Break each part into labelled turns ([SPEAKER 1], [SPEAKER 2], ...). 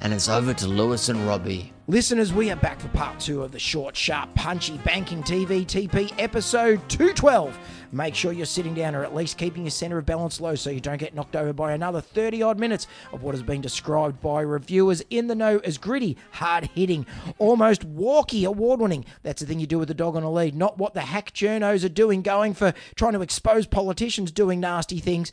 [SPEAKER 1] and it's over to Lewis and Robbie.
[SPEAKER 2] Listeners, we are back for part two of the short, sharp, punchy Banking TV TP episode 212. Make sure you're sitting down or at least keeping your centre of balance low so you don't get knocked over by another 30 odd minutes of what has been described by reviewers in the know as gritty, hard hitting, almost walkie award winning. That's the thing you do with the dog on a lead, not what the hack journos are doing, going for trying to expose politicians doing nasty things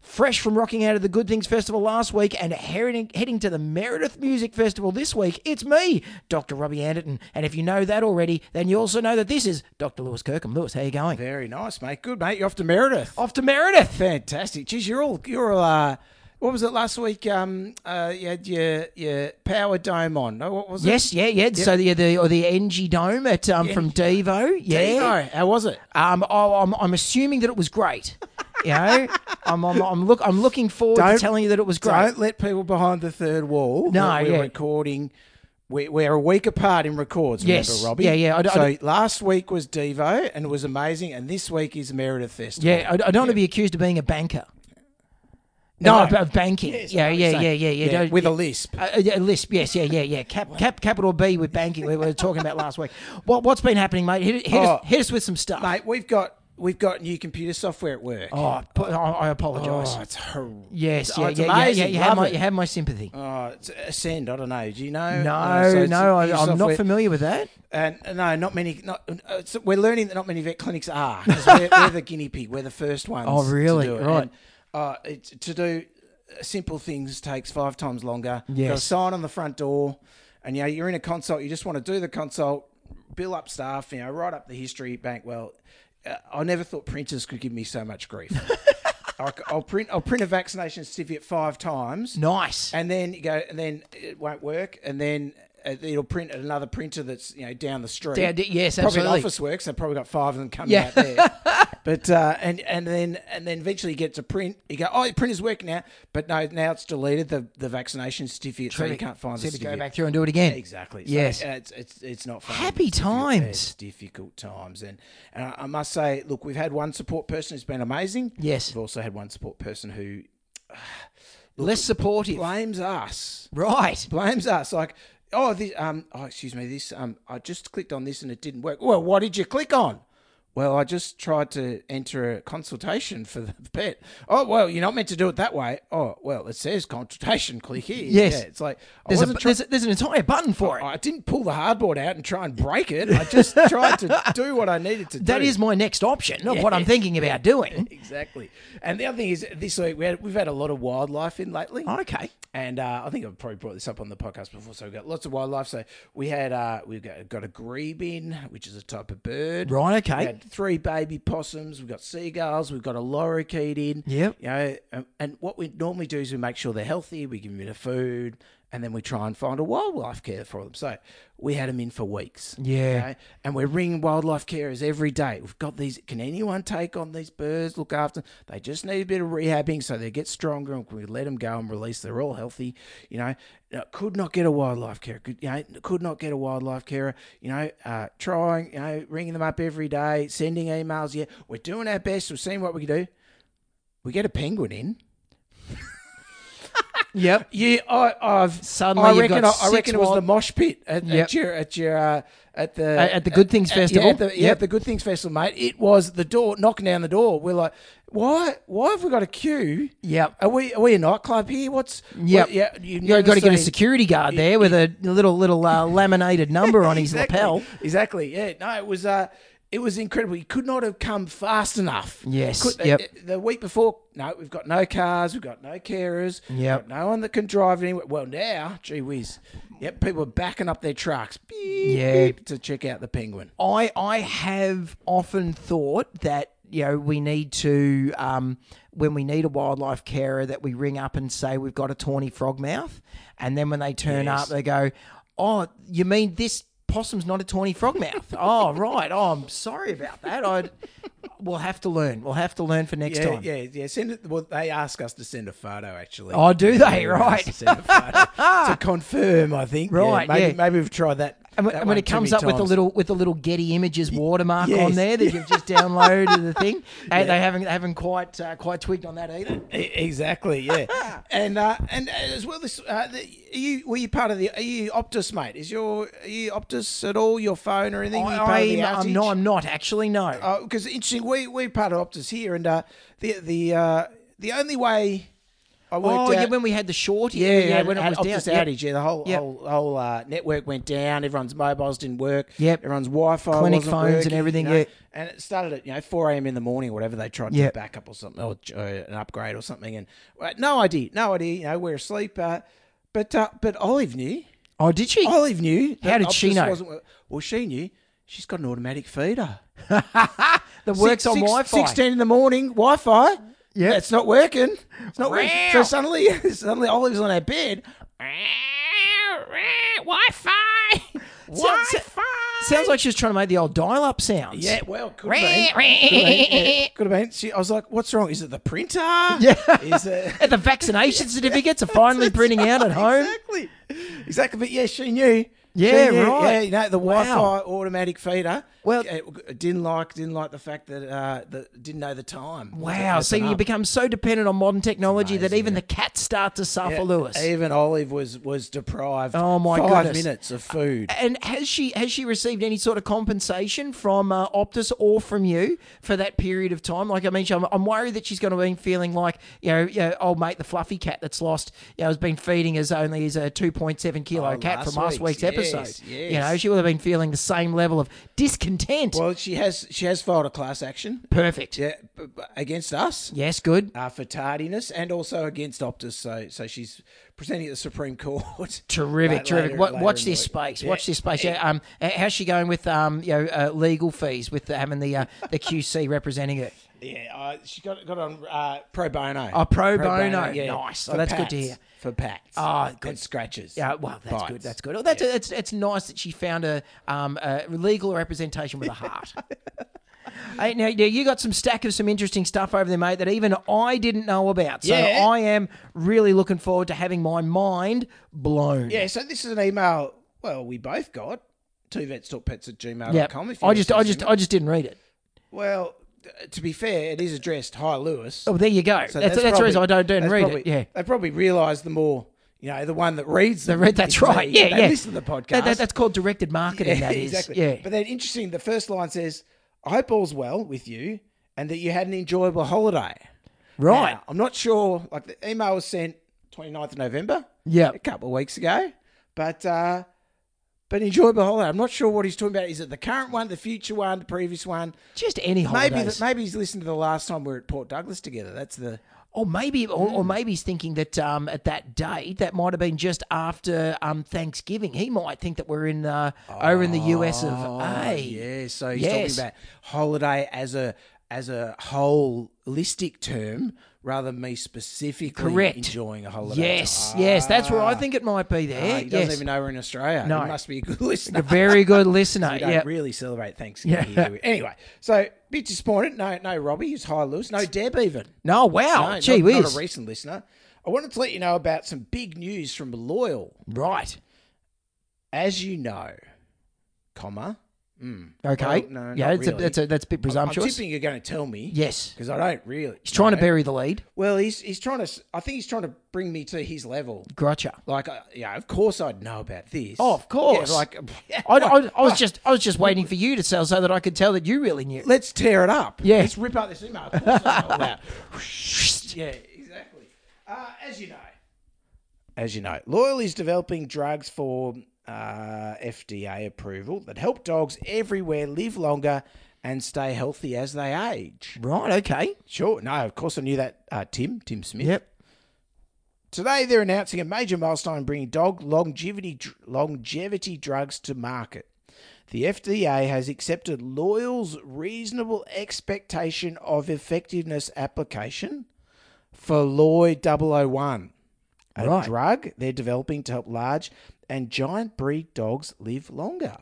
[SPEAKER 2] fresh from rocking out of the Good Things Festival last week and heading, heading to the Meredith Music Festival this week, it's me, Dr. Robbie Anderton. And if you know that already, then you also know that this is Dr. Lewis Kirkham. Lewis, how you going?
[SPEAKER 3] Very nice, mate. Good, mate. You're off to Meredith.
[SPEAKER 2] Off to Meredith.
[SPEAKER 3] Fantastic. Geez, you're all you're all. Uh, what was it last week? Um, uh, you had your your power dome on. No, what was it?
[SPEAKER 2] Yes, yeah, yeah. So the the or the NG Dome at um, from Devo. Yeah.
[SPEAKER 3] Devo. How was it?
[SPEAKER 2] Um, oh, I'm, I'm assuming that it was great. You know, I'm, I'm, I'm look I'm looking forward to
[SPEAKER 3] Don't-
[SPEAKER 2] telling you that it was great.
[SPEAKER 3] Don't let people behind the third wall.
[SPEAKER 2] No,
[SPEAKER 3] that we're
[SPEAKER 2] yeah.
[SPEAKER 3] recording. We, we're a week apart in records.
[SPEAKER 2] Yes.
[SPEAKER 3] remember, Robbie.
[SPEAKER 2] Yeah, yeah, I d- I
[SPEAKER 3] so
[SPEAKER 2] d-
[SPEAKER 3] last week was Devo, and it was amazing. And this week is Meredith Festival.
[SPEAKER 2] Yeah, I, I don't want to be accused of being a banker.
[SPEAKER 3] No.
[SPEAKER 2] of, of banking. yeah, yeah, yeah, yeah, yeah, Don't-
[SPEAKER 3] with
[SPEAKER 2] yeah.
[SPEAKER 3] a lisp.
[SPEAKER 2] Uh, uh, yeah, lisp, yes, yeah, yeah, yeah. Cap, cap, capital B with banking. We were talking about last week. What, what's been happening, mate? Hit, hit,
[SPEAKER 3] Oh.
[SPEAKER 2] us, hit us with some stuff.
[SPEAKER 3] Mate, we've got we've got new computer software at work.
[SPEAKER 2] Oh, p- I, I apologise.
[SPEAKER 3] it's horrific.
[SPEAKER 2] yes, yeah,
[SPEAKER 3] oh, it's
[SPEAKER 2] yeah, yeah, yeah.
[SPEAKER 3] amazing.
[SPEAKER 2] You have,
[SPEAKER 3] Love
[SPEAKER 2] my,
[SPEAKER 3] it.
[SPEAKER 2] you have my sympathy.
[SPEAKER 3] Oh, it's Ascend. I don't know. Do you know?
[SPEAKER 2] no,
[SPEAKER 3] Uh, so it's
[SPEAKER 2] no,
[SPEAKER 3] a
[SPEAKER 2] I,
[SPEAKER 3] new
[SPEAKER 2] I'm not
[SPEAKER 3] software.
[SPEAKER 2] familiar with that.
[SPEAKER 3] And uh, no, not many. Not, uh, it's, we're learning that not many vet clinics are. 'cause we're, we're the guinea pig. We're the first ones.
[SPEAKER 2] Oh, really?
[SPEAKER 3] To do it.
[SPEAKER 2] Right.
[SPEAKER 3] And, uh, it's, to do uh, simple things takes five times longer.
[SPEAKER 2] Yes.
[SPEAKER 3] Got a sign on the front door, and you know, you're in a consult. You just want to do the consult, bill up staff. You know, write up the history bank. Well, uh, I never thought printers could give me so much grief. I c- I'll print. I'll print a vaccination certificate five times.
[SPEAKER 2] Nice.
[SPEAKER 3] And then you go, and then it won't work, and then uh, it'll print at another printer that's you know down the street.
[SPEAKER 2] Down the- yes,
[SPEAKER 3] probably
[SPEAKER 2] absolutely.
[SPEAKER 3] An office works. They've probably got five of them coming
[SPEAKER 2] Yeah.
[SPEAKER 3] out there. but uh, and and then and then eventually you get to print. You go, oh, your printer's working now, but no, now it's deleted the, the vaccination certificate, so you can't find
[SPEAKER 2] So
[SPEAKER 3] the
[SPEAKER 2] to go
[SPEAKER 3] certificate.
[SPEAKER 2] back through and do it again.
[SPEAKER 3] Exactly.
[SPEAKER 2] Yes.
[SPEAKER 3] So, uh, it's, it's it's not fun.
[SPEAKER 2] Happy
[SPEAKER 3] It's difficult-
[SPEAKER 2] times.
[SPEAKER 3] It's difficult times, and and I, I must say, look, we've had one support person who's been amazing.
[SPEAKER 2] Yes.
[SPEAKER 3] We've also had one support person who
[SPEAKER 2] Less supportive.
[SPEAKER 3] blames us
[SPEAKER 2] Right.
[SPEAKER 3] blames us like oh this um oh excuse me this um i just clicked on this and it didn't work well what did you click on well i just tried to enter a consultation for the pet oh well you're not meant to do it that way oh well it says consultation click here
[SPEAKER 2] Yes.
[SPEAKER 3] yeah, it's like
[SPEAKER 2] There's,
[SPEAKER 3] i
[SPEAKER 2] a,
[SPEAKER 3] wasn't try-
[SPEAKER 2] there's, a, there's an entire button for it.
[SPEAKER 3] I didn't pull the hardboard out and try and break it. I just tried to do what I needed to do.
[SPEAKER 2] That is my next option, not what I'm thinking about doing.
[SPEAKER 3] exactly. And the other thing is, this week we had, we've had a lot of wildlife in lately.
[SPEAKER 2] Okay.
[SPEAKER 3] And uh, I think I've probably brought this up on the podcast before. So we've got lots of wildlife. So we had uh, we've got, got a grebin, which is a type of bird.
[SPEAKER 2] Right, okay.
[SPEAKER 3] We had three baby possums. We've got seagulls. We've got a lorikeet in.
[SPEAKER 2] Yep.
[SPEAKER 3] You know, and, and what we normally do is we make sure they're healthy. We give them a bit of food, and then we try and find a wildlife care for them. So we had them in for weeks.
[SPEAKER 2] Yeah.
[SPEAKER 3] okay? And we're ringing wildlife carers every day. We've got these. Can anyone take on these birds? Look after them. They just need a bit of rehabbing so they get stronger, and we let them go and release. They're all healthy. You know, Uh, could not get a wildlife carer. Could, you know, could not get a wildlife carer. You know, uh, trying. You know, ringing them up every day, sending emails. Yeah, we're doing our best. We're seeing what we can do. We get a penguin in.
[SPEAKER 2] Yep.
[SPEAKER 3] Yeah, I, I've
[SPEAKER 2] Suddenly
[SPEAKER 3] I
[SPEAKER 2] you've
[SPEAKER 3] reckon
[SPEAKER 2] got
[SPEAKER 3] I, I
[SPEAKER 2] six
[SPEAKER 3] reckon it was
[SPEAKER 2] wild-
[SPEAKER 3] the mosh pit at,
[SPEAKER 2] Yep.
[SPEAKER 3] at your at your uh, at the
[SPEAKER 2] At- at the Good Things Festival.
[SPEAKER 3] Yeah, at the, yeah,
[SPEAKER 2] Yep.
[SPEAKER 3] at the Good Things Festival, mate. It was the door knocking down the door. We're like, why? Why have we got a queue?
[SPEAKER 2] Yep.
[SPEAKER 3] Are we are we a nightclub here? What's
[SPEAKER 2] Yep.
[SPEAKER 3] what- yeah, you
[SPEAKER 2] You've got to get a
[SPEAKER 3] security.
[SPEAKER 2] security guard there with a little little uh, laminated number on his lapel.
[SPEAKER 3] Exactly. Yeah. No, it was uh it was incredible. He could not have come fast enough.
[SPEAKER 2] Yes,
[SPEAKER 3] Could-
[SPEAKER 2] yep.
[SPEAKER 3] uh, The week before, no, we've got no cars, we've got no carers, we've
[SPEAKER 2] Yep.
[SPEAKER 3] got no one that can drive anywhere. Well, now, gee whiz, yep, people are backing up their trucks, beep,
[SPEAKER 2] Yeah.
[SPEAKER 3] beep, to check out the penguin.
[SPEAKER 2] I I have often thought that you know we need to um, when we need a wildlife carer that we ring up and say we've got a tawny frog mouth, and then when they turn up they go, oh, you mean this possum's not a tawny frog mouth? oh right, oh I'm sorry about that. I we'll have to learn. We'll have to learn for next
[SPEAKER 3] Yeah,
[SPEAKER 2] time.
[SPEAKER 3] yeah, yeah. Send it. Well, they ask us to send a photo actually.
[SPEAKER 2] Oh, do they?
[SPEAKER 3] were asked
[SPEAKER 2] Right.
[SPEAKER 3] To, send a photo to confirm, I think. Yeah,
[SPEAKER 2] Right,
[SPEAKER 3] maybe,
[SPEAKER 2] yeah.
[SPEAKER 3] maybe we've tried that.
[SPEAKER 2] And, when-
[SPEAKER 3] that
[SPEAKER 2] and when
[SPEAKER 3] one
[SPEAKER 2] it
[SPEAKER 3] too
[SPEAKER 2] comes
[SPEAKER 3] many
[SPEAKER 2] up with the
[SPEAKER 3] times.
[SPEAKER 2] little with the little Getty Images watermark on
[SPEAKER 3] yes.
[SPEAKER 2] there that you've just downloaded the thing, Hey, they haven't they haven't quite uh, quite twigged on that either.
[SPEAKER 3] E- exactly, yeah. and uh, and as well, this uh, the, are you were you part of the? Are you Optus, mate? Is your are you Optus at all? Your phone or anything? Were you part of the
[SPEAKER 2] I, am
[SPEAKER 3] outage?
[SPEAKER 2] no, I'm not actually. No,
[SPEAKER 3] because interesting, we we part of Optus here, and uh, the the uh, the only way I worked
[SPEAKER 2] Oh,
[SPEAKER 3] out.
[SPEAKER 2] yeah, when we had the shorty.
[SPEAKER 3] yeah, yeah,
[SPEAKER 2] when it was down.
[SPEAKER 3] Optus
[SPEAKER 2] Yep.
[SPEAKER 3] outage, yeah, the whole
[SPEAKER 2] Yep.
[SPEAKER 3] whole, whole uh, network went down. Everyone's mobiles didn't work.
[SPEAKER 2] Yep.
[SPEAKER 3] everyone's Wi-Fi,
[SPEAKER 2] Clinic
[SPEAKER 3] wasn't
[SPEAKER 2] phones and
[SPEAKER 3] working,
[SPEAKER 2] everything,
[SPEAKER 3] You know?
[SPEAKER 2] yeah.
[SPEAKER 3] and it started at you know four a.m. in the morning or whatever. They tried
[SPEAKER 2] Yep.
[SPEAKER 3] to back up or something or, uh, an upgrade or something, and uh, no idea, no idea. You know, we're asleep. Uh, but uh, but Olive knew.
[SPEAKER 2] Oh, did she?
[SPEAKER 3] Olive knew.
[SPEAKER 2] How
[SPEAKER 3] that
[SPEAKER 2] did she
[SPEAKER 3] Optus
[SPEAKER 2] know?
[SPEAKER 3] Wasn't, wor- well, she knew. She's got an automatic feeder
[SPEAKER 2] that works
[SPEAKER 3] six-
[SPEAKER 2] on
[SPEAKER 3] six-
[SPEAKER 2] Wi-Fi.
[SPEAKER 3] 16 in the morning, Wi Fi.
[SPEAKER 2] Yeah.
[SPEAKER 3] It's not working. It's not working.
[SPEAKER 2] Wow.
[SPEAKER 3] So suddenly, suddenly Olive's on her bed. Wi Fi. Wi Fi.
[SPEAKER 2] Sounds like she was trying to make the old dial-up sounds.
[SPEAKER 3] Yeah, well, could have been. Could have been. yeah. Could have been. She, I was like, what's wrong? Is it the printer? Yeah. Is it.
[SPEAKER 2] And the vaccination certificates are finally printing out at home.
[SPEAKER 3] Exactly. Exactly. But yeah, she knew.
[SPEAKER 2] Yeah,
[SPEAKER 3] She knew.
[SPEAKER 2] right.
[SPEAKER 3] Yeah, you know the
[SPEAKER 2] Wow.
[SPEAKER 3] Wi-Fi automatic feeder.
[SPEAKER 2] Well-
[SPEAKER 3] it didn't like didn't like the fact that uh, the, didn't know the time.
[SPEAKER 2] Wow.
[SPEAKER 3] so
[SPEAKER 2] So you become so dependent on modern technology that even the cats start to suffer, Lewis.
[SPEAKER 3] Even Olive was was deprived.
[SPEAKER 2] Oh, my
[SPEAKER 3] five
[SPEAKER 2] goodness.
[SPEAKER 3] minutes of food.
[SPEAKER 2] And has she has she received any sort of compensation from uh, Optus or from you for that period of time? Like I mean, she- I'm, I'm worried that she's going to be feeling like you know, you know, old mate, the fluffy cat that's lost, you know, has been feeding as only as a 2.7 kilo
[SPEAKER 3] Oh,
[SPEAKER 2] cat
[SPEAKER 3] last
[SPEAKER 2] from last week's
[SPEAKER 3] week's.
[SPEAKER 2] episode.
[SPEAKER 3] Yes,
[SPEAKER 2] You know,
[SPEAKER 3] yes.
[SPEAKER 2] she will have been feeling the same level of discontent.
[SPEAKER 3] Well, she has she has filed a class action.
[SPEAKER 2] Perfect.
[SPEAKER 3] Yeah, b- b- against us.
[SPEAKER 2] Yes, good.
[SPEAKER 3] Uh, for tardiness and also against Optus, so so she's presenting at the Supreme Court.
[SPEAKER 2] Terrific,
[SPEAKER 3] Like
[SPEAKER 2] terrific.
[SPEAKER 3] later-
[SPEAKER 2] Wa-
[SPEAKER 3] later
[SPEAKER 2] watch
[SPEAKER 3] in the
[SPEAKER 2] this
[SPEAKER 3] week.
[SPEAKER 2] space.
[SPEAKER 3] Yeah.
[SPEAKER 2] Watch this space. Yeah, um, uh, how's she going with um, you know, uh, legal fees with having the uh, the QC representing her?
[SPEAKER 3] Yeah, uh, she got got on uh, pro bono.
[SPEAKER 2] Oh, pro bono. Nice. Oh,
[SPEAKER 3] For
[SPEAKER 2] that's good to hear.
[SPEAKER 3] For pats.
[SPEAKER 2] Oh, good.
[SPEAKER 3] And scratches.
[SPEAKER 2] Yeah, well, that's
[SPEAKER 3] Bites.
[SPEAKER 2] good. That's good. Oh, that's it's it's nice that she found a um a legal representation with a heart. Hey, now, now you got some stack of some interesting stuff over there, mate, that even I didn't know about. So
[SPEAKER 3] Yeah.
[SPEAKER 2] I am really looking forward to having my mind blown.
[SPEAKER 3] Yeah, so this is an email, well, we both got. Two vets talk pets at gmail.com.
[SPEAKER 2] Yeah.
[SPEAKER 3] If
[SPEAKER 2] I
[SPEAKER 3] you want
[SPEAKER 2] just
[SPEAKER 3] to
[SPEAKER 2] I
[SPEAKER 3] send
[SPEAKER 2] just
[SPEAKER 3] it.
[SPEAKER 2] I just didn't read it.
[SPEAKER 3] Well, uh, to be fair, it is addressed Hi Lewis.
[SPEAKER 2] Oh, there you go.
[SPEAKER 3] So
[SPEAKER 2] that's that's, the reason I
[SPEAKER 3] probably-
[SPEAKER 2] don't didn't
[SPEAKER 3] that's
[SPEAKER 2] read
[SPEAKER 3] probably-
[SPEAKER 2] it. Yeah.
[SPEAKER 3] They probably realise the more, you know, the one that reads them.
[SPEAKER 2] read- that's
[SPEAKER 3] is
[SPEAKER 2] right.
[SPEAKER 3] they-
[SPEAKER 2] Yeah,
[SPEAKER 3] they
[SPEAKER 2] yeah.
[SPEAKER 3] listen to the podcast.
[SPEAKER 2] That, that, that's called directed marketing. that is,
[SPEAKER 3] exactly.
[SPEAKER 2] yeah.
[SPEAKER 3] But then interesting, the first line says, I hope all's well with you and that you had an enjoyable holiday.
[SPEAKER 2] right.
[SPEAKER 3] Now, I'm not sure. Like the email was sent 29th of November.
[SPEAKER 2] Yeah.
[SPEAKER 3] A couple of weeks ago. But uh but enjoyable holiday. I'm not sure what he's talking about. Is it the current one, the future one, the previous one?
[SPEAKER 2] Just any holidays.
[SPEAKER 3] Maybe that maybe he's listened to the last time we were at Port Douglas together. That's the
[SPEAKER 2] Or maybe, or,
[SPEAKER 3] Hmm.
[SPEAKER 2] or maybe he's thinking that um, at that date, that might have been just after um, Thanksgiving. He might think that we're in uh, over in the US of A.
[SPEAKER 3] Oh, yeah. So he's
[SPEAKER 2] Yes.
[SPEAKER 3] talking about holiday as a as a holistic term rather than me specifically
[SPEAKER 2] Correct.
[SPEAKER 3] enjoying a holiday.
[SPEAKER 2] Yes,
[SPEAKER 3] Ah,
[SPEAKER 2] yes, that's where I think it might be. There,
[SPEAKER 3] he doesn't
[SPEAKER 2] yes.
[SPEAKER 3] even know we're in Australia.
[SPEAKER 2] No.
[SPEAKER 3] He must be a good listener.
[SPEAKER 2] a very good listener.
[SPEAKER 3] We don't
[SPEAKER 2] yeah,
[SPEAKER 3] really celebrate Thanksgiving.
[SPEAKER 2] Yeah.
[SPEAKER 3] Here, do we? Anyway, so bit disappointed. No, no, Robbie, he's high loose. No Deb even.
[SPEAKER 2] no, wow,
[SPEAKER 3] No, not-
[SPEAKER 2] gee
[SPEAKER 3] not,
[SPEAKER 2] whiz,
[SPEAKER 3] a recent listener. I wanted to let you know about some big news from Loyal.
[SPEAKER 2] right?
[SPEAKER 3] As you know, comma. Mm.
[SPEAKER 2] Okay,
[SPEAKER 3] Well, no,
[SPEAKER 2] yeah,
[SPEAKER 3] not
[SPEAKER 2] it's a,
[SPEAKER 3] really.
[SPEAKER 2] that's a, that's a bit
[SPEAKER 3] I'm
[SPEAKER 2] presumptuous.
[SPEAKER 3] tipping you're going to tell me.
[SPEAKER 2] yes,
[SPEAKER 3] Because I don't really.
[SPEAKER 2] he's trying to
[SPEAKER 3] know.
[SPEAKER 2] bury the lead.
[SPEAKER 3] Well, he's he's trying to. s- I think he's trying to bring me to his level.
[SPEAKER 2] Gotcha.
[SPEAKER 3] Like, uh, yeah, of course I'd know about this.
[SPEAKER 2] Oh, of course.
[SPEAKER 3] Yeah, like,
[SPEAKER 2] I, I, I was just I was just waiting for you to sell so that I could tell that you really knew.
[SPEAKER 3] let's tear it up.
[SPEAKER 2] Yeah.
[SPEAKER 3] Let's rip out this email. Of course I know all that. yeah, exactly. Uh, as you know, as you know, Loyal is developing drugs for uh, FDA approval that help dogs everywhere live longer and stay healthy as they age.
[SPEAKER 2] Right. Okay.
[SPEAKER 3] Sure. No, of course I knew that. Uh, Tim, Tim Smith.
[SPEAKER 2] Yep.
[SPEAKER 3] Today they're announcing a major milestone in bringing dog longevity dr- longevity drugs to market. The FDA has accepted Loyal's reasonable expectation of effectiveness application for Loy 001, a
[SPEAKER 2] Right.
[SPEAKER 3] drug they're developing to help large and giant breed dogs live longer.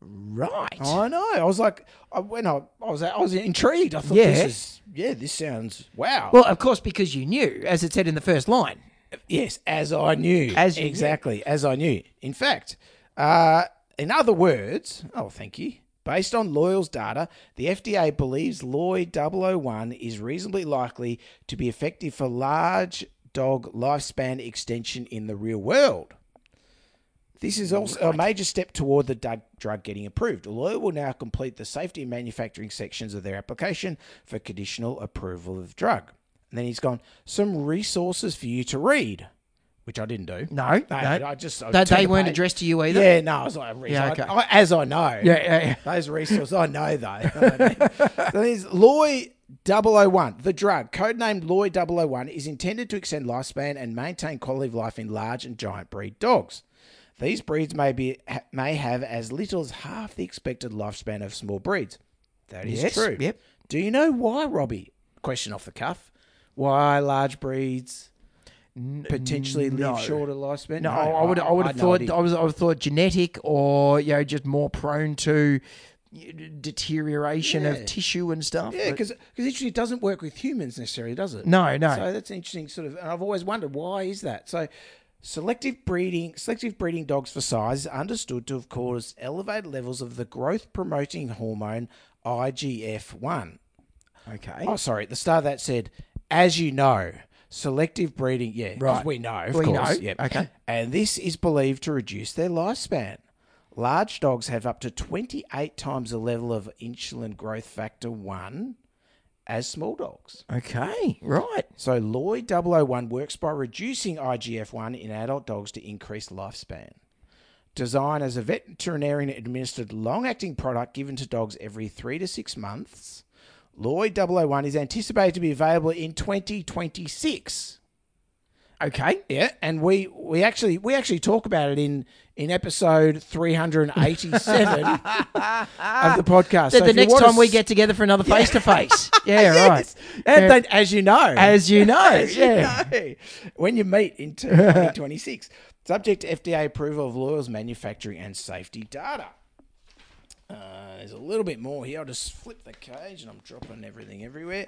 [SPEAKER 2] Right.
[SPEAKER 3] I know. I was like, I, when I, I was, I was intrigued. I thought,
[SPEAKER 2] Yeah.
[SPEAKER 3] this is, yeah, this sounds wow.
[SPEAKER 2] Well, of course, because you knew, as it said in the first line.
[SPEAKER 3] Yes, as I knew.
[SPEAKER 2] As you knew.
[SPEAKER 3] exactly as I knew. In fact, uh, in other words, oh, thank you. Based on Loyal's data, the FDA believes Loy 001 is reasonably likely to be effective for large dog lifespan extension in the real world. This is also a major step toward the drug, drug getting approved. Loyal will now complete the safety and manufacturing sections of their application for conditional approval of drug. And then he's gone, some resources for you to read, which I didn't do.
[SPEAKER 2] No,
[SPEAKER 3] No,
[SPEAKER 2] no.
[SPEAKER 3] I just I
[SPEAKER 2] That
[SPEAKER 3] turned
[SPEAKER 2] they
[SPEAKER 3] the
[SPEAKER 2] weren't
[SPEAKER 3] page.
[SPEAKER 2] addressed to you either.
[SPEAKER 3] Yeah, no, I was like,
[SPEAKER 2] Yeah,
[SPEAKER 3] I-
[SPEAKER 2] okay.
[SPEAKER 3] I- as I know,
[SPEAKER 2] Yeah, yeah, yeah.
[SPEAKER 3] those resources I know though. so there's Loy 001, the drug, codenamed Loy 001, is intended to extend lifespan and maintain quality of life in large and giant breed dogs. These breeds may be ha- may have as little as half the expected lifespan of small breeds. That is
[SPEAKER 2] Yes,
[SPEAKER 3] true.
[SPEAKER 2] yep.
[SPEAKER 3] Do you know why, Robbie? Question off the cuff. Why large breeds potentially
[SPEAKER 2] no.
[SPEAKER 3] live shorter lifespan?
[SPEAKER 2] No, I would I would have
[SPEAKER 3] had no
[SPEAKER 2] thought
[SPEAKER 3] idea.
[SPEAKER 2] I was I would have thought genetic or you know just more prone to deterioration
[SPEAKER 3] Yeah.
[SPEAKER 2] of tissue and stuff.
[SPEAKER 3] Yeah,
[SPEAKER 2] but-
[SPEAKER 3] because it doesn't work with humans necessarily, does it?
[SPEAKER 2] no, no.
[SPEAKER 3] So that's an interesting sort of, and I've always wondered why is that. So selective breeding, selective breeding dogs for size is understood to have caused elevated levels of the growth promoting hormone IGF one.
[SPEAKER 2] okay.
[SPEAKER 3] Oh, sorry, the star that said, as you know, selective breeding. Yeah, 'cause
[SPEAKER 2] Right.
[SPEAKER 3] We know, of
[SPEAKER 2] We
[SPEAKER 3] course.
[SPEAKER 2] know.
[SPEAKER 3] Yep.
[SPEAKER 2] Okay.
[SPEAKER 3] And this is believed to reduce their lifespan. Large dogs have up to twenty eight times the level of insulin growth factor one as small dogs.
[SPEAKER 2] Okay. Right.
[SPEAKER 3] So Loy 001 works by reducing IGF-1 in adult dogs to increase lifespan. Designed as a veterinarian administered long-acting product given to dogs every 3 to 6 months, Loy 001 is anticipated to be available in 2026.
[SPEAKER 2] Okay.
[SPEAKER 3] Yeah, and we we actually we actually talk about it in in episode 387 of the
[SPEAKER 2] The,
[SPEAKER 3] podcast. So
[SPEAKER 2] the
[SPEAKER 3] if you
[SPEAKER 2] next
[SPEAKER 3] wanna
[SPEAKER 2] time we
[SPEAKER 3] s-
[SPEAKER 2] get together for another face to face. Yeah. Right.
[SPEAKER 3] and
[SPEAKER 2] Yeah.
[SPEAKER 3] then, as you know,
[SPEAKER 2] As you know. yeah.
[SPEAKER 3] No. When you meet in 2026, subject to FDA approval of Loyal's manufacturing and safety data. Uh, there's a little bit more here. I'll just flip the cage and I'm dropping everything everywhere.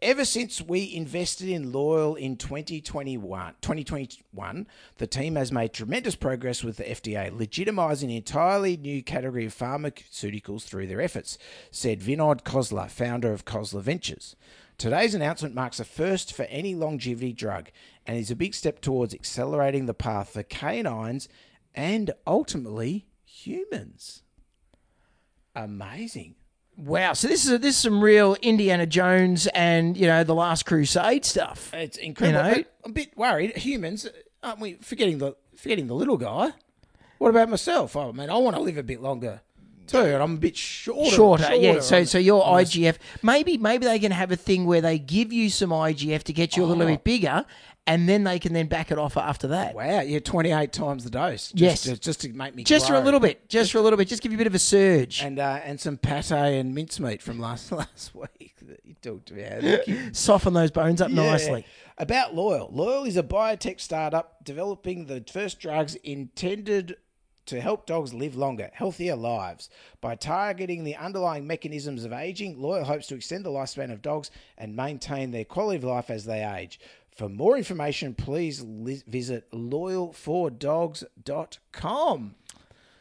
[SPEAKER 3] Ever since we invested in Loyal in 2021, 2021, the team has made tremendous progress with the FDA, legitimizing an entirely new category of pharmaceuticals through their efforts, said Vinod Khosla, founder of Khosla Ventures. Today's announcement marks a first for any longevity drug and is a big step towards accelerating the path for canines and ultimately humans. Amazing.
[SPEAKER 2] Wow. So this is this is some real Indiana Jones and you know the Last Crusade stuff.
[SPEAKER 3] It's incredible.
[SPEAKER 2] know?
[SPEAKER 3] but I'm a bit worried. Humans, aren't we forgetting the forgetting the little guy? What about myself? Oh man, I want to live a bit longer too, and I'm a bit shorter.
[SPEAKER 2] Shorter, yeah. So,
[SPEAKER 3] on-
[SPEAKER 2] so your IGF, maybe, maybe they can have a thing where they give you some IGF to get you a little bit bigger, and then they can then back it off after that.
[SPEAKER 3] wow, yeah, 28 times the dose. Just
[SPEAKER 2] Yes.
[SPEAKER 3] to, just to make me
[SPEAKER 2] just for a
[SPEAKER 3] grow.
[SPEAKER 2] little bit, just for a little bit, just give you a bit of a surge.
[SPEAKER 3] and uh, and some pate and mincemeat from last last week that you talked about. Thank you.
[SPEAKER 2] Soften those bones up nicely.
[SPEAKER 3] Yeah. About Loyal. Loyal is a biotech startup developing the first drugs intended to help dogs live longer, healthier lives. By targeting the underlying mechanisms of aging, Loyal hopes to extend the lifespan of dogs and maintain their quality of life as they age. For more information, please li- visit loyalfordogs.com.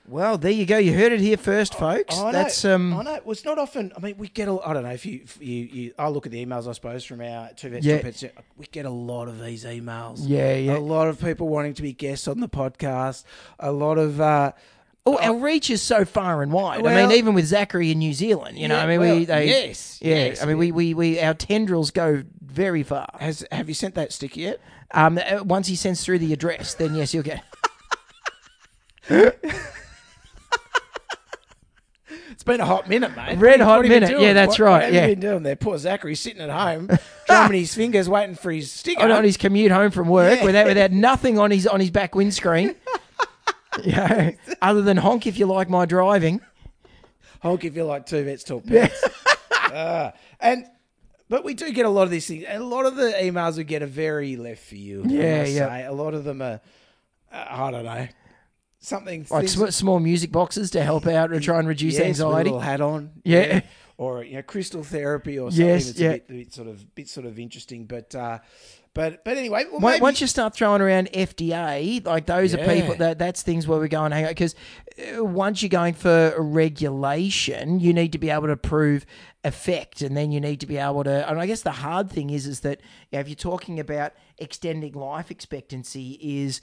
[SPEAKER 2] Well, there you go. You heard it here first, folks.
[SPEAKER 3] I know,
[SPEAKER 2] That's um.
[SPEAKER 3] I know. Well, it's not often. I mean, we get. A, I don't know if you, if you, you. I look at the emails, I suppose, from our two vets.
[SPEAKER 2] Yeah.
[SPEAKER 3] Two Pets. We get a lot of these emails.
[SPEAKER 2] Yeah, yeah.
[SPEAKER 3] A lot of people wanting to be guests on the podcast. A lot of. uh
[SPEAKER 2] Oh, our reach is so far and wide. I
[SPEAKER 3] Well-
[SPEAKER 2] mean, even with Zachary in New Zealand, you know,
[SPEAKER 3] Yeah,
[SPEAKER 2] I mean,
[SPEAKER 3] well,
[SPEAKER 2] we they,
[SPEAKER 3] yes,
[SPEAKER 2] yeah.
[SPEAKER 3] yes,
[SPEAKER 2] I mean, we, we we our tendrils go very far.
[SPEAKER 3] Has have you sent that sticker yet?
[SPEAKER 2] Um, uh, once he sends through the address, then yes, you'll get.
[SPEAKER 3] It's been a hot minute, mate.
[SPEAKER 2] Red
[SPEAKER 3] What
[SPEAKER 2] hot
[SPEAKER 3] have you been
[SPEAKER 2] minute.
[SPEAKER 3] doing?
[SPEAKER 2] Yeah, that's
[SPEAKER 3] What-
[SPEAKER 2] right,
[SPEAKER 3] What have you
[SPEAKER 2] yeah.
[SPEAKER 3] been doing there? Poor Zachary sitting at home, drumming his fingers, waiting for
[SPEAKER 2] Oh,
[SPEAKER 3] his sticker.
[SPEAKER 2] on, on his commute home from work
[SPEAKER 3] Yeah.
[SPEAKER 2] without without nothing on his on his back windscreen. you know, other than honk if you like my driving.
[SPEAKER 3] Hulk if you like two vets talk pets. Ah, and but we do get a lot of these things. And a lot of the emails we get are very left for you. I
[SPEAKER 2] Yeah,
[SPEAKER 3] must
[SPEAKER 2] yeah.
[SPEAKER 3] say. A lot of them are uh, I don't know. Something
[SPEAKER 2] Like
[SPEAKER 3] things-
[SPEAKER 2] sm- small music boxes to help out to try and reduce
[SPEAKER 3] yes, with a
[SPEAKER 2] anxiety.
[SPEAKER 3] little hat on.
[SPEAKER 2] Yeah.
[SPEAKER 3] Or you know, crystal therapy or something
[SPEAKER 2] Yes,
[SPEAKER 3] that's
[SPEAKER 2] yeah.
[SPEAKER 3] a bit, bit sort of bit sort of interesting. But uh but but anyway, well,
[SPEAKER 2] Wa-
[SPEAKER 3] maybe,
[SPEAKER 2] Once you start throwing around FDA, like those are people
[SPEAKER 3] Yeah.
[SPEAKER 2] that that's things where we're going hang on because once you're going for regulation, you need to be able to prove effect, and then you need to be able to. And I guess the hard thing is is that you know, if you're talking about extending life expectancy, is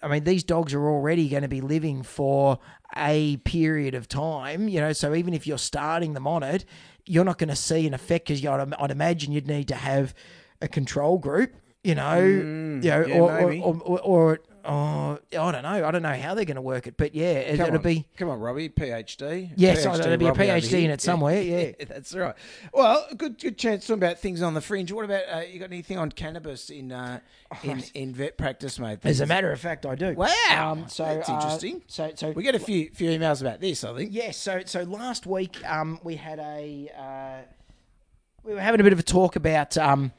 [SPEAKER 2] I mean, these dogs are already going to be living for a period of time, you know. So even if you're starting them on it, you're not going to see an effect because I'd, I'd imagine you'd need to have a control group, you know, you know,
[SPEAKER 3] Mm, yeah,
[SPEAKER 2] or,
[SPEAKER 3] maybe.
[SPEAKER 2] or, or, or, or I don't know, I don't know how they're going to work it, but yeah, it,
[SPEAKER 3] Come
[SPEAKER 2] it'll
[SPEAKER 3] on.
[SPEAKER 2] be
[SPEAKER 3] Come on, Robbie, PhD.
[SPEAKER 2] Yes, I know, there'll be a
[SPEAKER 3] Robbie over
[SPEAKER 2] PhD in
[SPEAKER 3] here.
[SPEAKER 2] it somewhere, yeah.
[SPEAKER 3] that's right. Well, good good chance talking about things on the fringe. What about uh, you got anything on cannabis in uh, in, in vet practice, mate?
[SPEAKER 2] As Oh, a matter of fact, I do.
[SPEAKER 3] Wow.
[SPEAKER 2] Um, so
[SPEAKER 3] That's
[SPEAKER 2] uh,
[SPEAKER 3] interesting.
[SPEAKER 2] so, so
[SPEAKER 3] we get a few few emails about this, I think.
[SPEAKER 2] Yes. So so last week um, we had a uh, we were having a bit of a talk about. Um,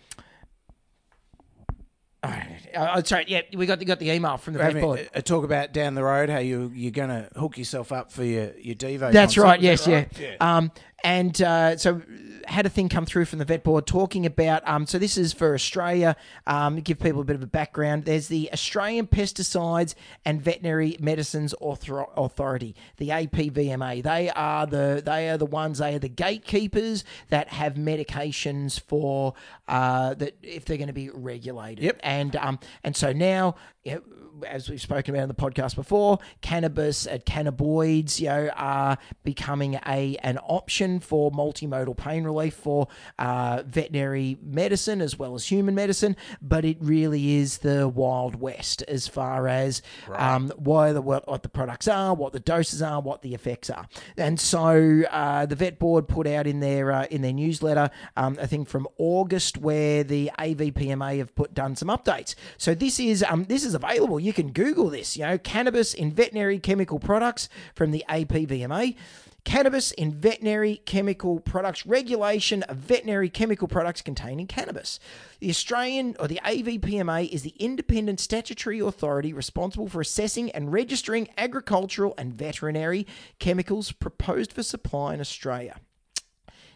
[SPEAKER 2] oh, oh, sorry. Yeah, we got got the email from the vet
[SPEAKER 3] Having
[SPEAKER 2] board.
[SPEAKER 3] a, a talk about down the road how you you're gonna hook yourself up for your your Devo.
[SPEAKER 2] That's
[SPEAKER 3] concert,
[SPEAKER 2] right.
[SPEAKER 3] was
[SPEAKER 2] Yes,
[SPEAKER 3] that right?
[SPEAKER 2] yeah. Um, and uh, so had a thing come through from the vet board talking about. Um, so this is for Australia. Um, to give people a bit of a background. There's the Australian Pesticides and Veterinary Medicines Author- Authority, the APVMA. They are the they are the ones. They are the gatekeepers that have medications for uh, that if they're going to be regulated.
[SPEAKER 3] Yep.
[SPEAKER 2] And um, and so now. yeah, as we've spoken about in the podcast before, cannabis and cannabinoids, you know, are becoming a an option for multimodal pain relief for uh, veterinary medicine as well as human medicine. But it really is the wild west as far as um, why the what, what the products are, what the doses are, what the effects are. And so uh, the vet board put out in their uh, in their newsletter um, a thing from August where the AVPMA have put done some updates. So this is um, this is available. You can Google this. You know, cannabis in veterinary chemical products from the APVMA. Cannabis in veterinary chemical products regulation of veterinary chemical products containing cannabis. The Australian or the AVPMA is the independent statutory authority responsible for assessing and registering agricultural and veterinary chemicals proposed for supply in Australia.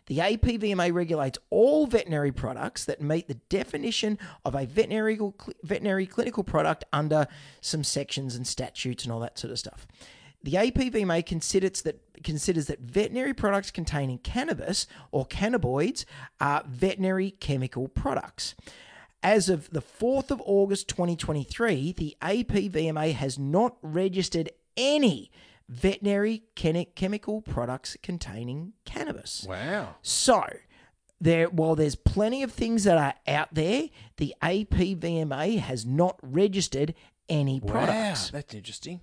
[SPEAKER 2] The APVMA regulates all veterinary products that meet the definition of a veterinary veterinary clinical product under some sections and statutes and all that sort of stuff. The APVMA considers that considers that veterinary products containing cannabis or cannabinoids are veterinary chemical products. As of the 4th of August 2023, the APVMA has not registered any veterinary chemi- chemical products containing cannabis.
[SPEAKER 3] Wow.
[SPEAKER 2] So there, while there's plenty of things that are out there, the APVMA has not registered any products.
[SPEAKER 3] Wow, that's interesting.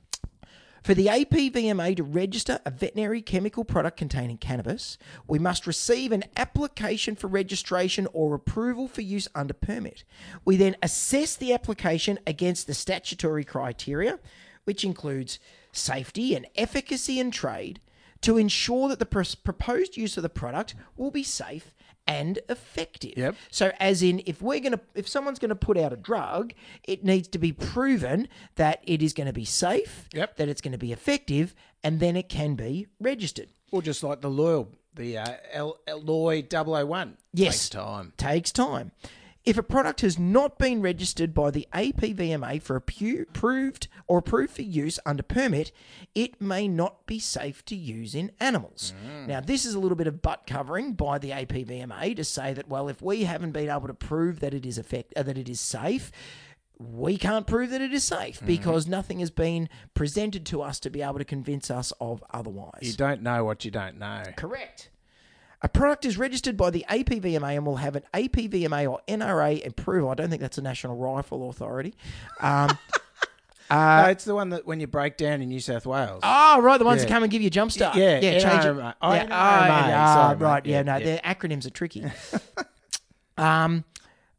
[SPEAKER 2] For the APVMA to register a veterinary chemical product containing cannabis, we must receive an application for registration or approval for use under permit. We then assess the application against the statutory criteria, which includes safety and efficacy in trade, to ensure that the pros- proposed use of the product will be safe and effective.
[SPEAKER 3] Yep.
[SPEAKER 2] So as in if we're going to if someone's going to put out a drug, it needs to be proven that it is going to be safe,
[SPEAKER 3] Yep.
[SPEAKER 2] that it's going to be effective and then it can be registered.
[SPEAKER 3] Or just like the Loyal, the uh, L- Alloy 001.
[SPEAKER 2] Yes.
[SPEAKER 3] Takes time.
[SPEAKER 2] Takes time. If a product has not been registered by the APVMA for appu- approved or approved for use under permit, it may not be safe to use in animals. Now, this is a little bit of butt covering by the APVMA to say that well, if we haven't been able to prove that it is effect- uh, that it is safe, we can't prove that it is safe because nothing has been presented to us to be able to convince us of otherwise.
[SPEAKER 3] You don't know what you don't know.
[SPEAKER 2] Correct. A product is registered by the APVMA and will have an APVMA or NRA approval. I don't think that's a National Rifle Authority. Um,
[SPEAKER 3] no, it's the one that when you break down in New South Wales.
[SPEAKER 2] Uh, oh, right, the ones that
[SPEAKER 3] Yeah.
[SPEAKER 2] come and give you a jump start.
[SPEAKER 3] Yeah,
[SPEAKER 2] yeah, change it.
[SPEAKER 3] NRMA. Oh,
[SPEAKER 2] yeah,
[SPEAKER 3] NRMA,
[SPEAKER 2] oh,
[SPEAKER 3] sorry, mate.
[SPEAKER 2] right, yeah,
[SPEAKER 3] Yeah,
[SPEAKER 2] no,
[SPEAKER 3] yeah.
[SPEAKER 2] their acronyms are tricky. um,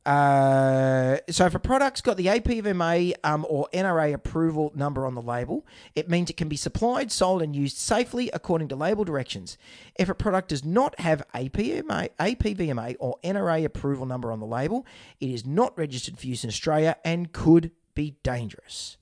[SPEAKER 2] Uh, so if a product's got the APVMA um, or NRA approval number on the label, it means it can be supplied, sold, and used safely according to label directions. If a product does not have APVMA, APVMA or NRA approval number on the label, it is not registered for use in Australia and could be dangerous.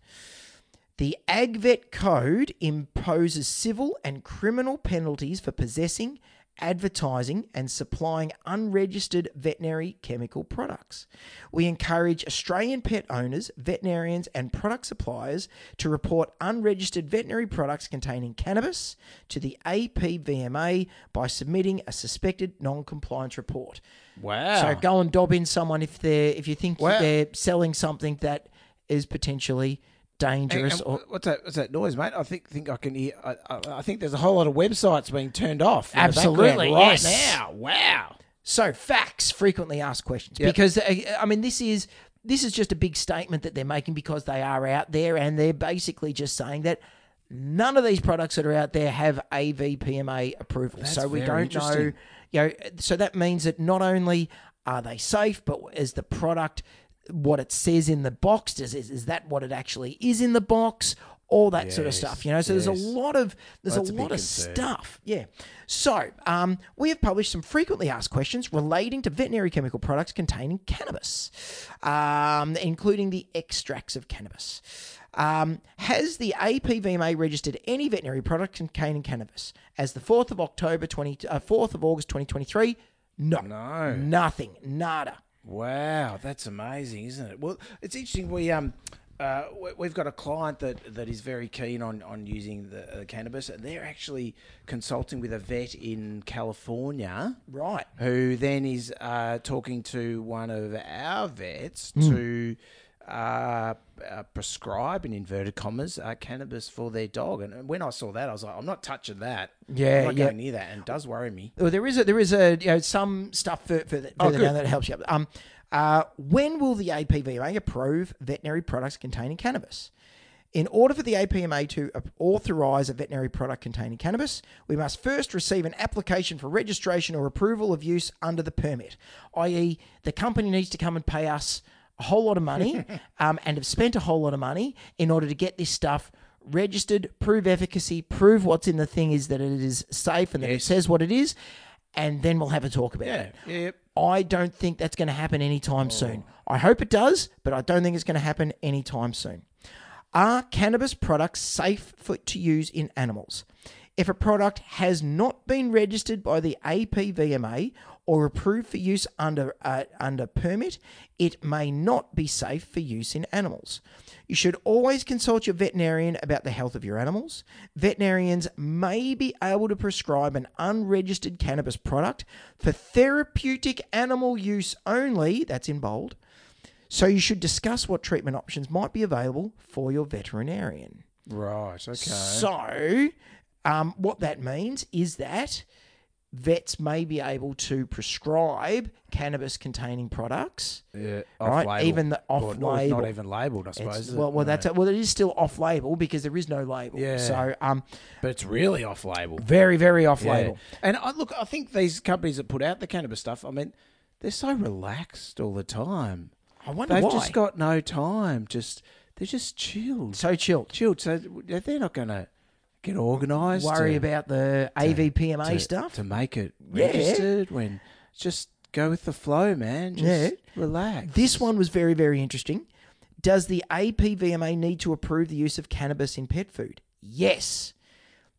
[SPEAKER 2] The AgVet Code imposes civil and criminal penalties for possessing, advertising, and supplying unregistered veterinary chemical products. We encourage Australian pet owners, veterinarians, and product suppliers to report unregistered veterinary products containing cannabis to the APVMA by submitting a suspected non compliance report.
[SPEAKER 3] Wow.
[SPEAKER 2] So go and dob in someone if they're if you think
[SPEAKER 3] Wow.
[SPEAKER 2] they're selling something that is potentially
[SPEAKER 3] Hey,
[SPEAKER 2] dangerous
[SPEAKER 3] and
[SPEAKER 2] or
[SPEAKER 3] what's that? What's that noise, mate? I think think I can hear. I, I, I think there's a whole lot of websites being turned off. in the background
[SPEAKER 2] Absolutely,
[SPEAKER 3] right
[SPEAKER 2] yes.
[SPEAKER 3] now. Wow.
[SPEAKER 2] so facts frequently asked questions because uh, I mean this is this is just a big statement that they're making because they are out there and they're basically just saying that none of these products that are out there have AVPMA approval. so we
[SPEAKER 3] very
[SPEAKER 2] don't know,
[SPEAKER 3] interesting.
[SPEAKER 2] you know, so that means that not only are they safe, but is the product what it says in the box? Does is, is that what it actually is in the box? All that sort of stuff, you know. So there's a lot of there's
[SPEAKER 3] That's
[SPEAKER 2] a
[SPEAKER 3] a
[SPEAKER 2] lot
[SPEAKER 3] big
[SPEAKER 2] of
[SPEAKER 3] concern.
[SPEAKER 2] stuff. Yeah. So um, we have published some frequently asked questions relating to veterinary chemical products containing cannabis, um, including the extracts of cannabis. Um, has the APVMA registered any veterinary product containing cannabis? As the fourth of October twenty uh, fourth of August twenty twenty three. No.
[SPEAKER 3] No.
[SPEAKER 2] Nothing. Nada.
[SPEAKER 3] Wow, that's amazing, isn't it? Well, it's interesting. We um, uh, we- we've got a client that, that is very keen on on using the uh, cannabis, and they're actually consulting with a vet in California,
[SPEAKER 2] Right.
[SPEAKER 3] who then is uh, talking to one of our vets
[SPEAKER 2] Hmm.
[SPEAKER 3] to. Uh, uh, prescribe in inverted commas uh, cannabis for their dog, and when I saw that, I was like, "I'm not touching that.
[SPEAKER 2] Yeah,
[SPEAKER 3] I'm not
[SPEAKER 2] yeah.
[SPEAKER 3] going near that." And it does worry me.
[SPEAKER 2] Well, there is a there is a you know some stuff for for the, further
[SPEAKER 3] good.
[SPEAKER 2] down that helps you. out. Um, uh, when will the APVMA approve veterinary products containing cannabis? In order for the APMA to authorise a veterinary product containing cannabis, we must first receive an application for registration or approval of use under the permit, i.e., the company needs to come and pay us a whole lot of money um, and have spent a whole lot of money in order to get this stuff registered, prove efficacy, prove what's in the thing is that it is safe and that it says what it is, and then we'll have a talk about it.
[SPEAKER 3] Yep.
[SPEAKER 2] I don't think that's going to happen anytime soon. I hope it does, but I don't think it's going to happen anytime soon. Are cannabis products safe for, to use in animals? If a product has not been registered by the APVMA or approved for use under uh, under permit, it may not be safe for use in animals. You should always consult your veterinarian about the health of your animals. Veterinarians may be able to prescribe an unregistered cannabis product for therapeutic animal use only, that's in bold, so you should discuss what treatment options might be available for your veterinarian.
[SPEAKER 3] Right. Okay.
[SPEAKER 2] So, um, what that means is that vets may be able to prescribe cannabis containing products.
[SPEAKER 3] Yeah,
[SPEAKER 2] Right,
[SPEAKER 3] off-label.
[SPEAKER 2] even the
[SPEAKER 3] Or- or it's
[SPEAKER 2] off-label.
[SPEAKER 3] not even labelled, I suppose.
[SPEAKER 2] It's-
[SPEAKER 3] is it?
[SPEAKER 2] well, well,
[SPEAKER 3] No.
[SPEAKER 2] that's well, it is still off label because there is no label.
[SPEAKER 3] Yeah.
[SPEAKER 2] So, um,
[SPEAKER 3] but it's really off-label.
[SPEAKER 2] very, very off
[SPEAKER 3] Yeah.
[SPEAKER 2] label.
[SPEAKER 3] And I, look, I think these companies that put out the cannabis stuff, I mean, they're so relaxed all the time.
[SPEAKER 2] I wonder
[SPEAKER 3] They've
[SPEAKER 2] why.
[SPEAKER 3] just got no time. Just they're just chilled,
[SPEAKER 2] so chilled.
[SPEAKER 3] chilled. So they're not going to get organised.
[SPEAKER 2] Worry
[SPEAKER 3] to,
[SPEAKER 2] about the AVPMA
[SPEAKER 3] to-
[SPEAKER 2] stuff.
[SPEAKER 3] to make it
[SPEAKER 2] Yeah.
[SPEAKER 3] registered. When just go with the flow, man. Just
[SPEAKER 2] Yeah.
[SPEAKER 3] relax.
[SPEAKER 2] This one was very, very interesting. Does the APVMA need to approve the use of cannabis in pet food? Yes.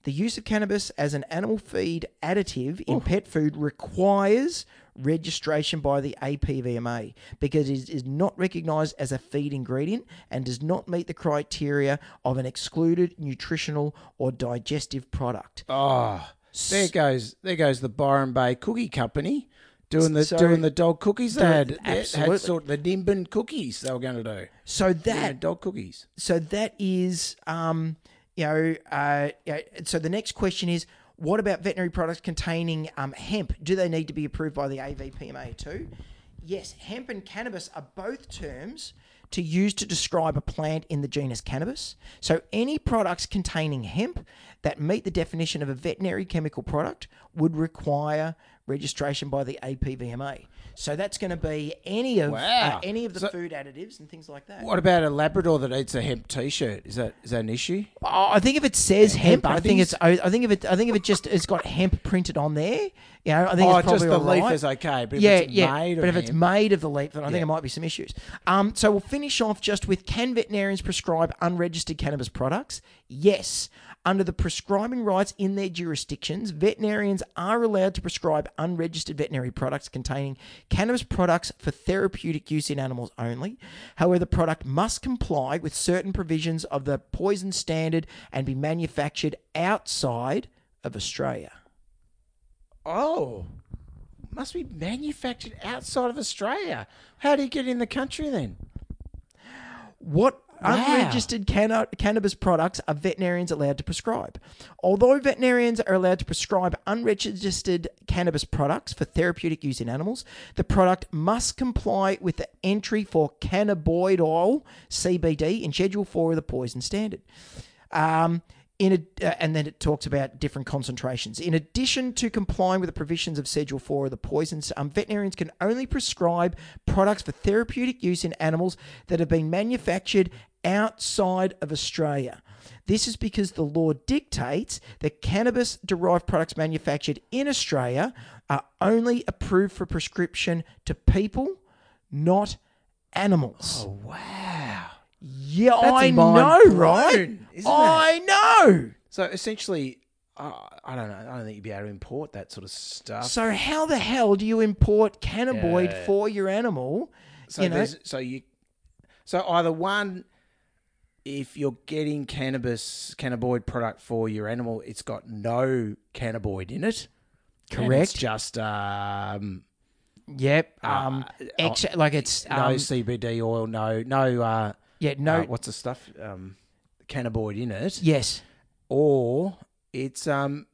[SPEAKER 2] The use of cannabis as an animal feed additive in pet food requires registration by the APVMA because it is not recognized as a feed ingredient and does not meet the criteria of an excluded nutritional or digestive product.
[SPEAKER 3] Oh, there goes there goes the Byron Bay Cookie Company doing the
[SPEAKER 2] So-
[SPEAKER 3] doing the dog cookies. They
[SPEAKER 2] Doing-
[SPEAKER 3] had, they
[SPEAKER 2] absolutely.
[SPEAKER 3] had sort of the Nimbin cookies they were going to do.
[SPEAKER 2] So
[SPEAKER 3] Yeah,
[SPEAKER 2] that
[SPEAKER 3] dog cookies.
[SPEAKER 2] so that is um you know uh you know, so the next question is what about veterinary products containing um, hemp do they need to be approved by the avpma too yes hemp and cannabis are both terms to use to describe a plant in the genus cannabis so any products containing hemp that meet the definition of a veterinary chemical product would require registration by the APVMA. So that's going to be any of
[SPEAKER 3] Wow.
[SPEAKER 2] uh, any of the
[SPEAKER 3] So-
[SPEAKER 2] food additives and things like that.
[SPEAKER 3] What about a Labrador that eats a hemp T-shirt? Is that is that an issue?
[SPEAKER 2] Oh, I think if it says hemp,
[SPEAKER 3] Hemp
[SPEAKER 2] I think
[SPEAKER 3] undies?
[SPEAKER 2] it's I, I think if it I think if it just it's got hemp printed on there, you know, I think
[SPEAKER 3] Oh,
[SPEAKER 2] it's probably
[SPEAKER 3] just the
[SPEAKER 2] all right.
[SPEAKER 3] leaf is okay, but if
[SPEAKER 2] yeah,
[SPEAKER 3] it's
[SPEAKER 2] yeah.
[SPEAKER 3] made
[SPEAKER 2] but
[SPEAKER 3] of
[SPEAKER 2] if it's
[SPEAKER 3] hemp-
[SPEAKER 2] made of the leaf, then I think
[SPEAKER 3] Yeah.
[SPEAKER 2] there might be some issues. Um, so we'll finish off just with: Can veterinarians prescribe unregistered cannabis products? Yes. Under the prescribing rights in their jurisdictions, veterinarians are allowed to prescribe unregistered veterinary products containing cannabis products for therapeutic use in animals only. However, the product must comply with certain provisions of the poison standard and be manufactured outside of Australia.
[SPEAKER 3] Oh, must be manufactured outside of Australia. How do you get in the country then?
[SPEAKER 2] What
[SPEAKER 3] Wow.
[SPEAKER 2] unregistered canna- cannabis products are veterinarians allowed to prescribe? Although veterinarians are allowed to prescribe unregistered cannabis products for therapeutic use in animals, the product must comply with the entry for cannabinoid oil (CBD) in Schedule Four of the Poison Standard. Um, in a, uh, and then it talks about different concentrations. In addition to complying with the provisions of Schedule 4 of the poisons, um, veterinarians can only prescribe products for therapeutic use in animals that have been manufactured outside of Australia. This is because the law dictates that cannabis derived products manufactured in Australia are only approved for prescription to people, not animals.
[SPEAKER 3] Wow.
[SPEAKER 2] yeah,
[SPEAKER 3] Oh. that's
[SPEAKER 2] I
[SPEAKER 3] mind
[SPEAKER 2] know, right?
[SPEAKER 3] blown, isn't
[SPEAKER 2] I know.
[SPEAKER 3] So essentially, I I don't know. I don't think you'd be able to import that sort of stuff. So,
[SPEAKER 2] So how the hell do you import cannabinoid
[SPEAKER 3] Yeah.
[SPEAKER 2] for your animal? you know,
[SPEAKER 3] there's so you, so either one, if you're getting cannabis cannabinoid product for your animal, it's got no cannabinoid in it. and
[SPEAKER 2] Correct.
[SPEAKER 3] It's just um,
[SPEAKER 2] yep. Um,
[SPEAKER 3] uh,
[SPEAKER 2] ex- like it's
[SPEAKER 3] no
[SPEAKER 2] um,
[SPEAKER 3] CBD oil, no no uh,
[SPEAKER 2] yeah, no,
[SPEAKER 3] uh, what's the stuff um, cannabinoid in it,
[SPEAKER 2] yes,
[SPEAKER 3] or it's um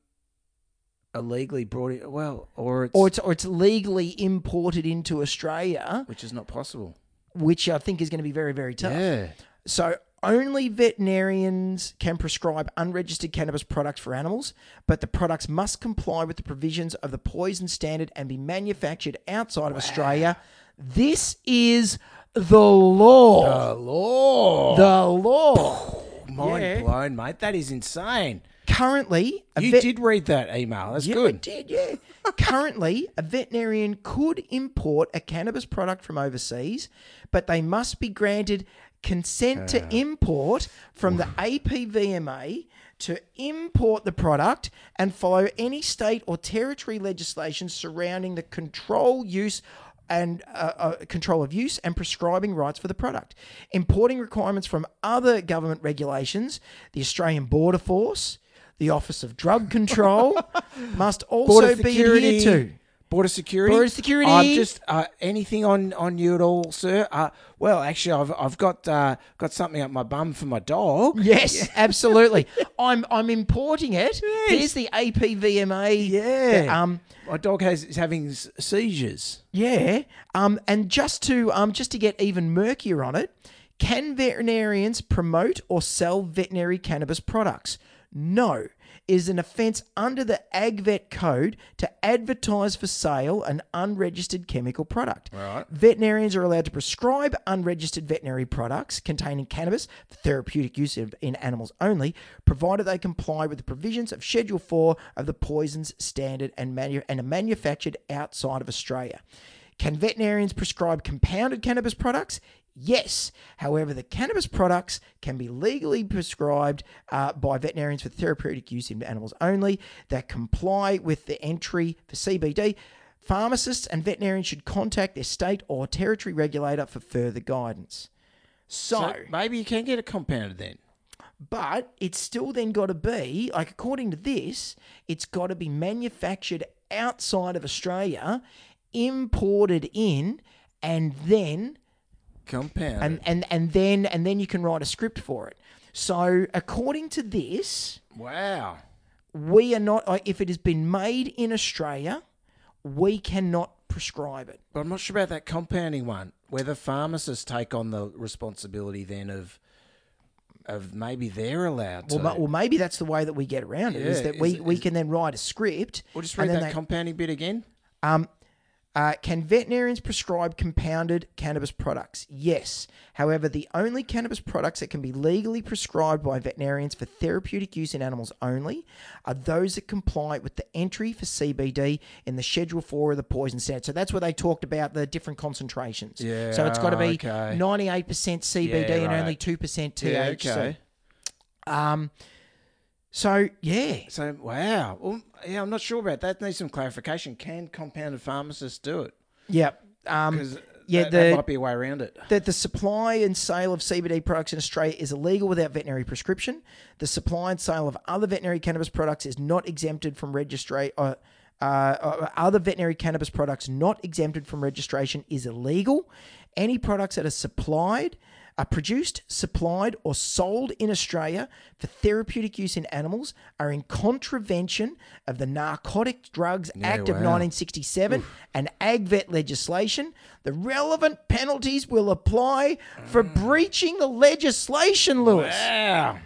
[SPEAKER 3] illegally brought in. Well, or it's,
[SPEAKER 2] or it's or it's legally imported into Australia,
[SPEAKER 3] which is not possible.
[SPEAKER 2] which I think is going to be very very tough.
[SPEAKER 3] Yeah.
[SPEAKER 2] So only veterinarians can prescribe unregistered cannabis products for animals, but the products must comply with the provisions of the poison standard and be manufactured outside of Australia. This is the law.
[SPEAKER 3] The law.
[SPEAKER 2] the law.
[SPEAKER 3] oh, Mind
[SPEAKER 2] Yeah.
[SPEAKER 3] blown, mate. That is insane.
[SPEAKER 2] Currently, a
[SPEAKER 3] You
[SPEAKER 2] vet-
[SPEAKER 3] did read that email. That's
[SPEAKER 2] Yeah, I
[SPEAKER 3] good.
[SPEAKER 2] did, yeah. Currently, a veterinarian could import a cannabis product from overseas, but they must be granted consent to import from the APVMA to import the product and follow any state or territory legislation surrounding the control use and uh, uh, control of use and prescribing rights for the product. Importing requirements from other government regulations, the Australian Border Force, the Office of Drug Control must also be adhered to.
[SPEAKER 3] Border security.
[SPEAKER 2] Border security.
[SPEAKER 3] I'm just uh, anything on, on you at all, sir? Uh, well, actually, I've I've got uh, got something up my bum for my dog.
[SPEAKER 2] Yes, absolutely. I'm I'm importing it. Here's the APVMA.
[SPEAKER 3] Yeah.
[SPEAKER 2] Um,
[SPEAKER 3] my dog has is having s- seizures.
[SPEAKER 2] Yeah. Um, and just to um, just to get even murkier on it, can veterinarians promote or sell veterinary cannabis products? No. It is an offence under the AgVet code to advertise for sale an unregistered chemical product.
[SPEAKER 3] Right.
[SPEAKER 2] Veterinarians are allowed to prescribe unregistered veterinary products containing cannabis for therapeutic use in in animals only, provided they comply with the provisions of Schedule 4 of the Poisons Standard and, manu- and are manufactured outside of Australia. Can veterinarians prescribe compounded cannabis products? Yes. However, the cannabis products can be legally prescribed uh, by veterinarians for therapeutic use in animals only that comply with the entry for CBD. Pharmacists and veterinarians should contact their state or territory regulator for further guidance. So,
[SPEAKER 3] So maybe you can get it compounded then.
[SPEAKER 2] but it's still then got to be, like, according to this, it's got to be manufactured outside of Australia, imported in, and then
[SPEAKER 3] Compounded.
[SPEAKER 2] and, and and then and then you can write a script for it. So according to this,
[SPEAKER 3] wow.
[SPEAKER 2] we are not like, if it has been made in Australia, we cannot prescribe it.
[SPEAKER 3] But I'm not sure about that compounding one. Whether pharmacists take on the responsibility then of of maybe they're allowed to.
[SPEAKER 2] Well, ma- well, maybe that's the way that we get around it is
[SPEAKER 3] Yeah,
[SPEAKER 2] that
[SPEAKER 3] is
[SPEAKER 2] we,
[SPEAKER 3] it-
[SPEAKER 2] we
[SPEAKER 3] is-
[SPEAKER 2] can then write a script.
[SPEAKER 3] We'll just
[SPEAKER 2] and
[SPEAKER 3] read
[SPEAKER 2] then
[SPEAKER 3] that
[SPEAKER 2] they-
[SPEAKER 3] compounding bit again.
[SPEAKER 2] Um, uh, can veterinarians prescribe compounded cannabis products? Yes. However, the only cannabis products that can be legally prescribed by veterinarians for therapeutic use in animals only are those that comply with the entry for CBD in the Schedule 4 of the poison standard. So that's where they talked about the different concentrations.
[SPEAKER 3] Yeah,
[SPEAKER 2] so it's got to be
[SPEAKER 3] okay.
[SPEAKER 2] 98% CBD
[SPEAKER 3] Yeah,
[SPEAKER 2] and
[SPEAKER 3] right.
[SPEAKER 2] only 2% THC. Um, so, yeah.
[SPEAKER 3] So wow. Well, yeah, I'm not sure about that. Needs some clarification. Can compounded pharmacists do it?
[SPEAKER 2] Yep. Um,
[SPEAKER 3] Because
[SPEAKER 2] yeah,
[SPEAKER 3] that, that
[SPEAKER 2] the-
[SPEAKER 3] might be a way around it.
[SPEAKER 2] that the supply and sale of CBD products in Australia is illegal without veterinary prescription. The supply and sale of other veterinary cannabis products is not exempted from registration. Uh, uh, uh, other veterinary cannabis products not exempted from registration is illegal. Any products that are supplied, are produced, supplied, or sold in Australia for therapeutic use in animals are in contravention of the Narcotic Drugs Act of
[SPEAKER 3] wow.
[SPEAKER 2] 1967 and AgVet legislation. The relevant penalties will apply for breaching the legislation, Lewis.
[SPEAKER 3] Wow.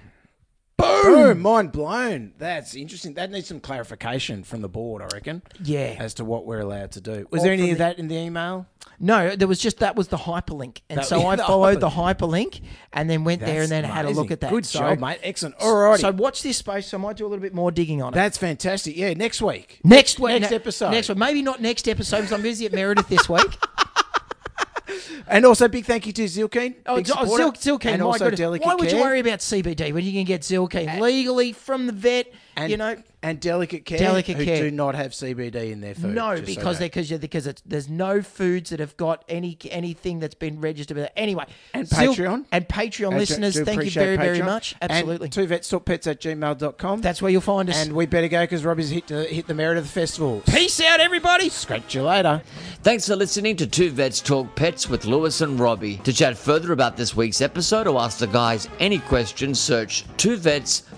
[SPEAKER 3] Boom. Mind blown. That's interesting. That needs some clarification from the board, I reckon,
[SPEAKER 2] Yeah.
[SPEAKER 3] as to what we're allowed to do. Was there any of that in the email?
[SPEAKER 2] No, there was just that was the hyperlink. And
[SPEAKER 3] That-
[SPEAKER 2] so I
[SPEAKER 3] the
[SPEAKER 2] followed the hyperlink and then went there and
[SPEAKER 3] That's
[SPEAKER 2] then had a look
[SPEAKER 3] amazing.
[SPEAKER 2] at that.
[SPEAKER 3] Good
[SPEAKER 2] so,
[SPEAKER 3] job, mate. Excellent. All
[SPEAKER 2] So watch this space. So I might do a little bit more digging on it.
[SPEAKER 3] That's fantastic. Yeah, next week.
[SPEAKER 2] Next week.
[SPEAKER 3] Next
[SPEAKER 2] ne-
[SPEAKER 3] episode.
[SPEAKER 2] Next week. Maybe not next episode because I'm busy at Meredith this week.
[SPEAKER 3] And also, big thank you to Zilkeen.
[SPEAKER 2] Oh,
[SPEAKER 3] big
[SPEAKER 2] Z- oh,
[SPEAKER 3] supporter,
[SPEAKER 2] Zil- Zilkeen.
[SPEAKER 3] And
[SPEAKER 2] my
[SPEAKER 3] also
[SPEAKER 2] goodness.
[SPEAKER 3] Delicate
[SPEAKER 2] Why would
[SPEAKER 3] Care. Uh,
[SPEAKER 2] you worry about CBD when you can get Zilkeen legally from the vet?
[SPEAKER 3] And,
[SPEAKER 2] you know,
[SPEAKER 3] and Delicate Care.
[SPEAKER 2] Delicate
[SPEAKER 3] who
[SPEAKER 2] Care.
[SPEAKER 3] do not have CBD in their food.
[SPEAKER 2] no,
[SPEAKER 3] just so
[SPEAKER 2] because
[SPEAKER 3] you know.
[SPEAKER 2] they because because it's, there's no foods that have got any anything that's been registered. With it. Anyway,
[SPEAKER 3] And
[SPEAKER 2] Zil-
[SPEAKER 3] Patreon.
[SPEAKER 2] and Patreon
[SPEAKER 3] And do-
[SPEAKER 2] listeners,
[SPEAKER 3] do
[SPEAKER 2] thank you
[SPEAKER 3] appreciate
[SPEAKER 2] very very
[SPEAKER 3] Patreon.
[SPEAKER 2] much. Absolutely,
[SPEAKER 3] And two vets talk pets at gmail.com.
[SPEAKER 2] that's where you'll find us.
[SPEAKER 3] and we better go because Robbie's hit the, hit the Meredith Festival.
[SPEAKER 2] peace out, everybody.
[SPEAKER 3] Scratch you later.
[SPEAKER 1] Thanks for listening to Two Vets Talk Pets with Lewis and Robbie. To chat further about this week's episode or ask the guys any questions, search Two Vets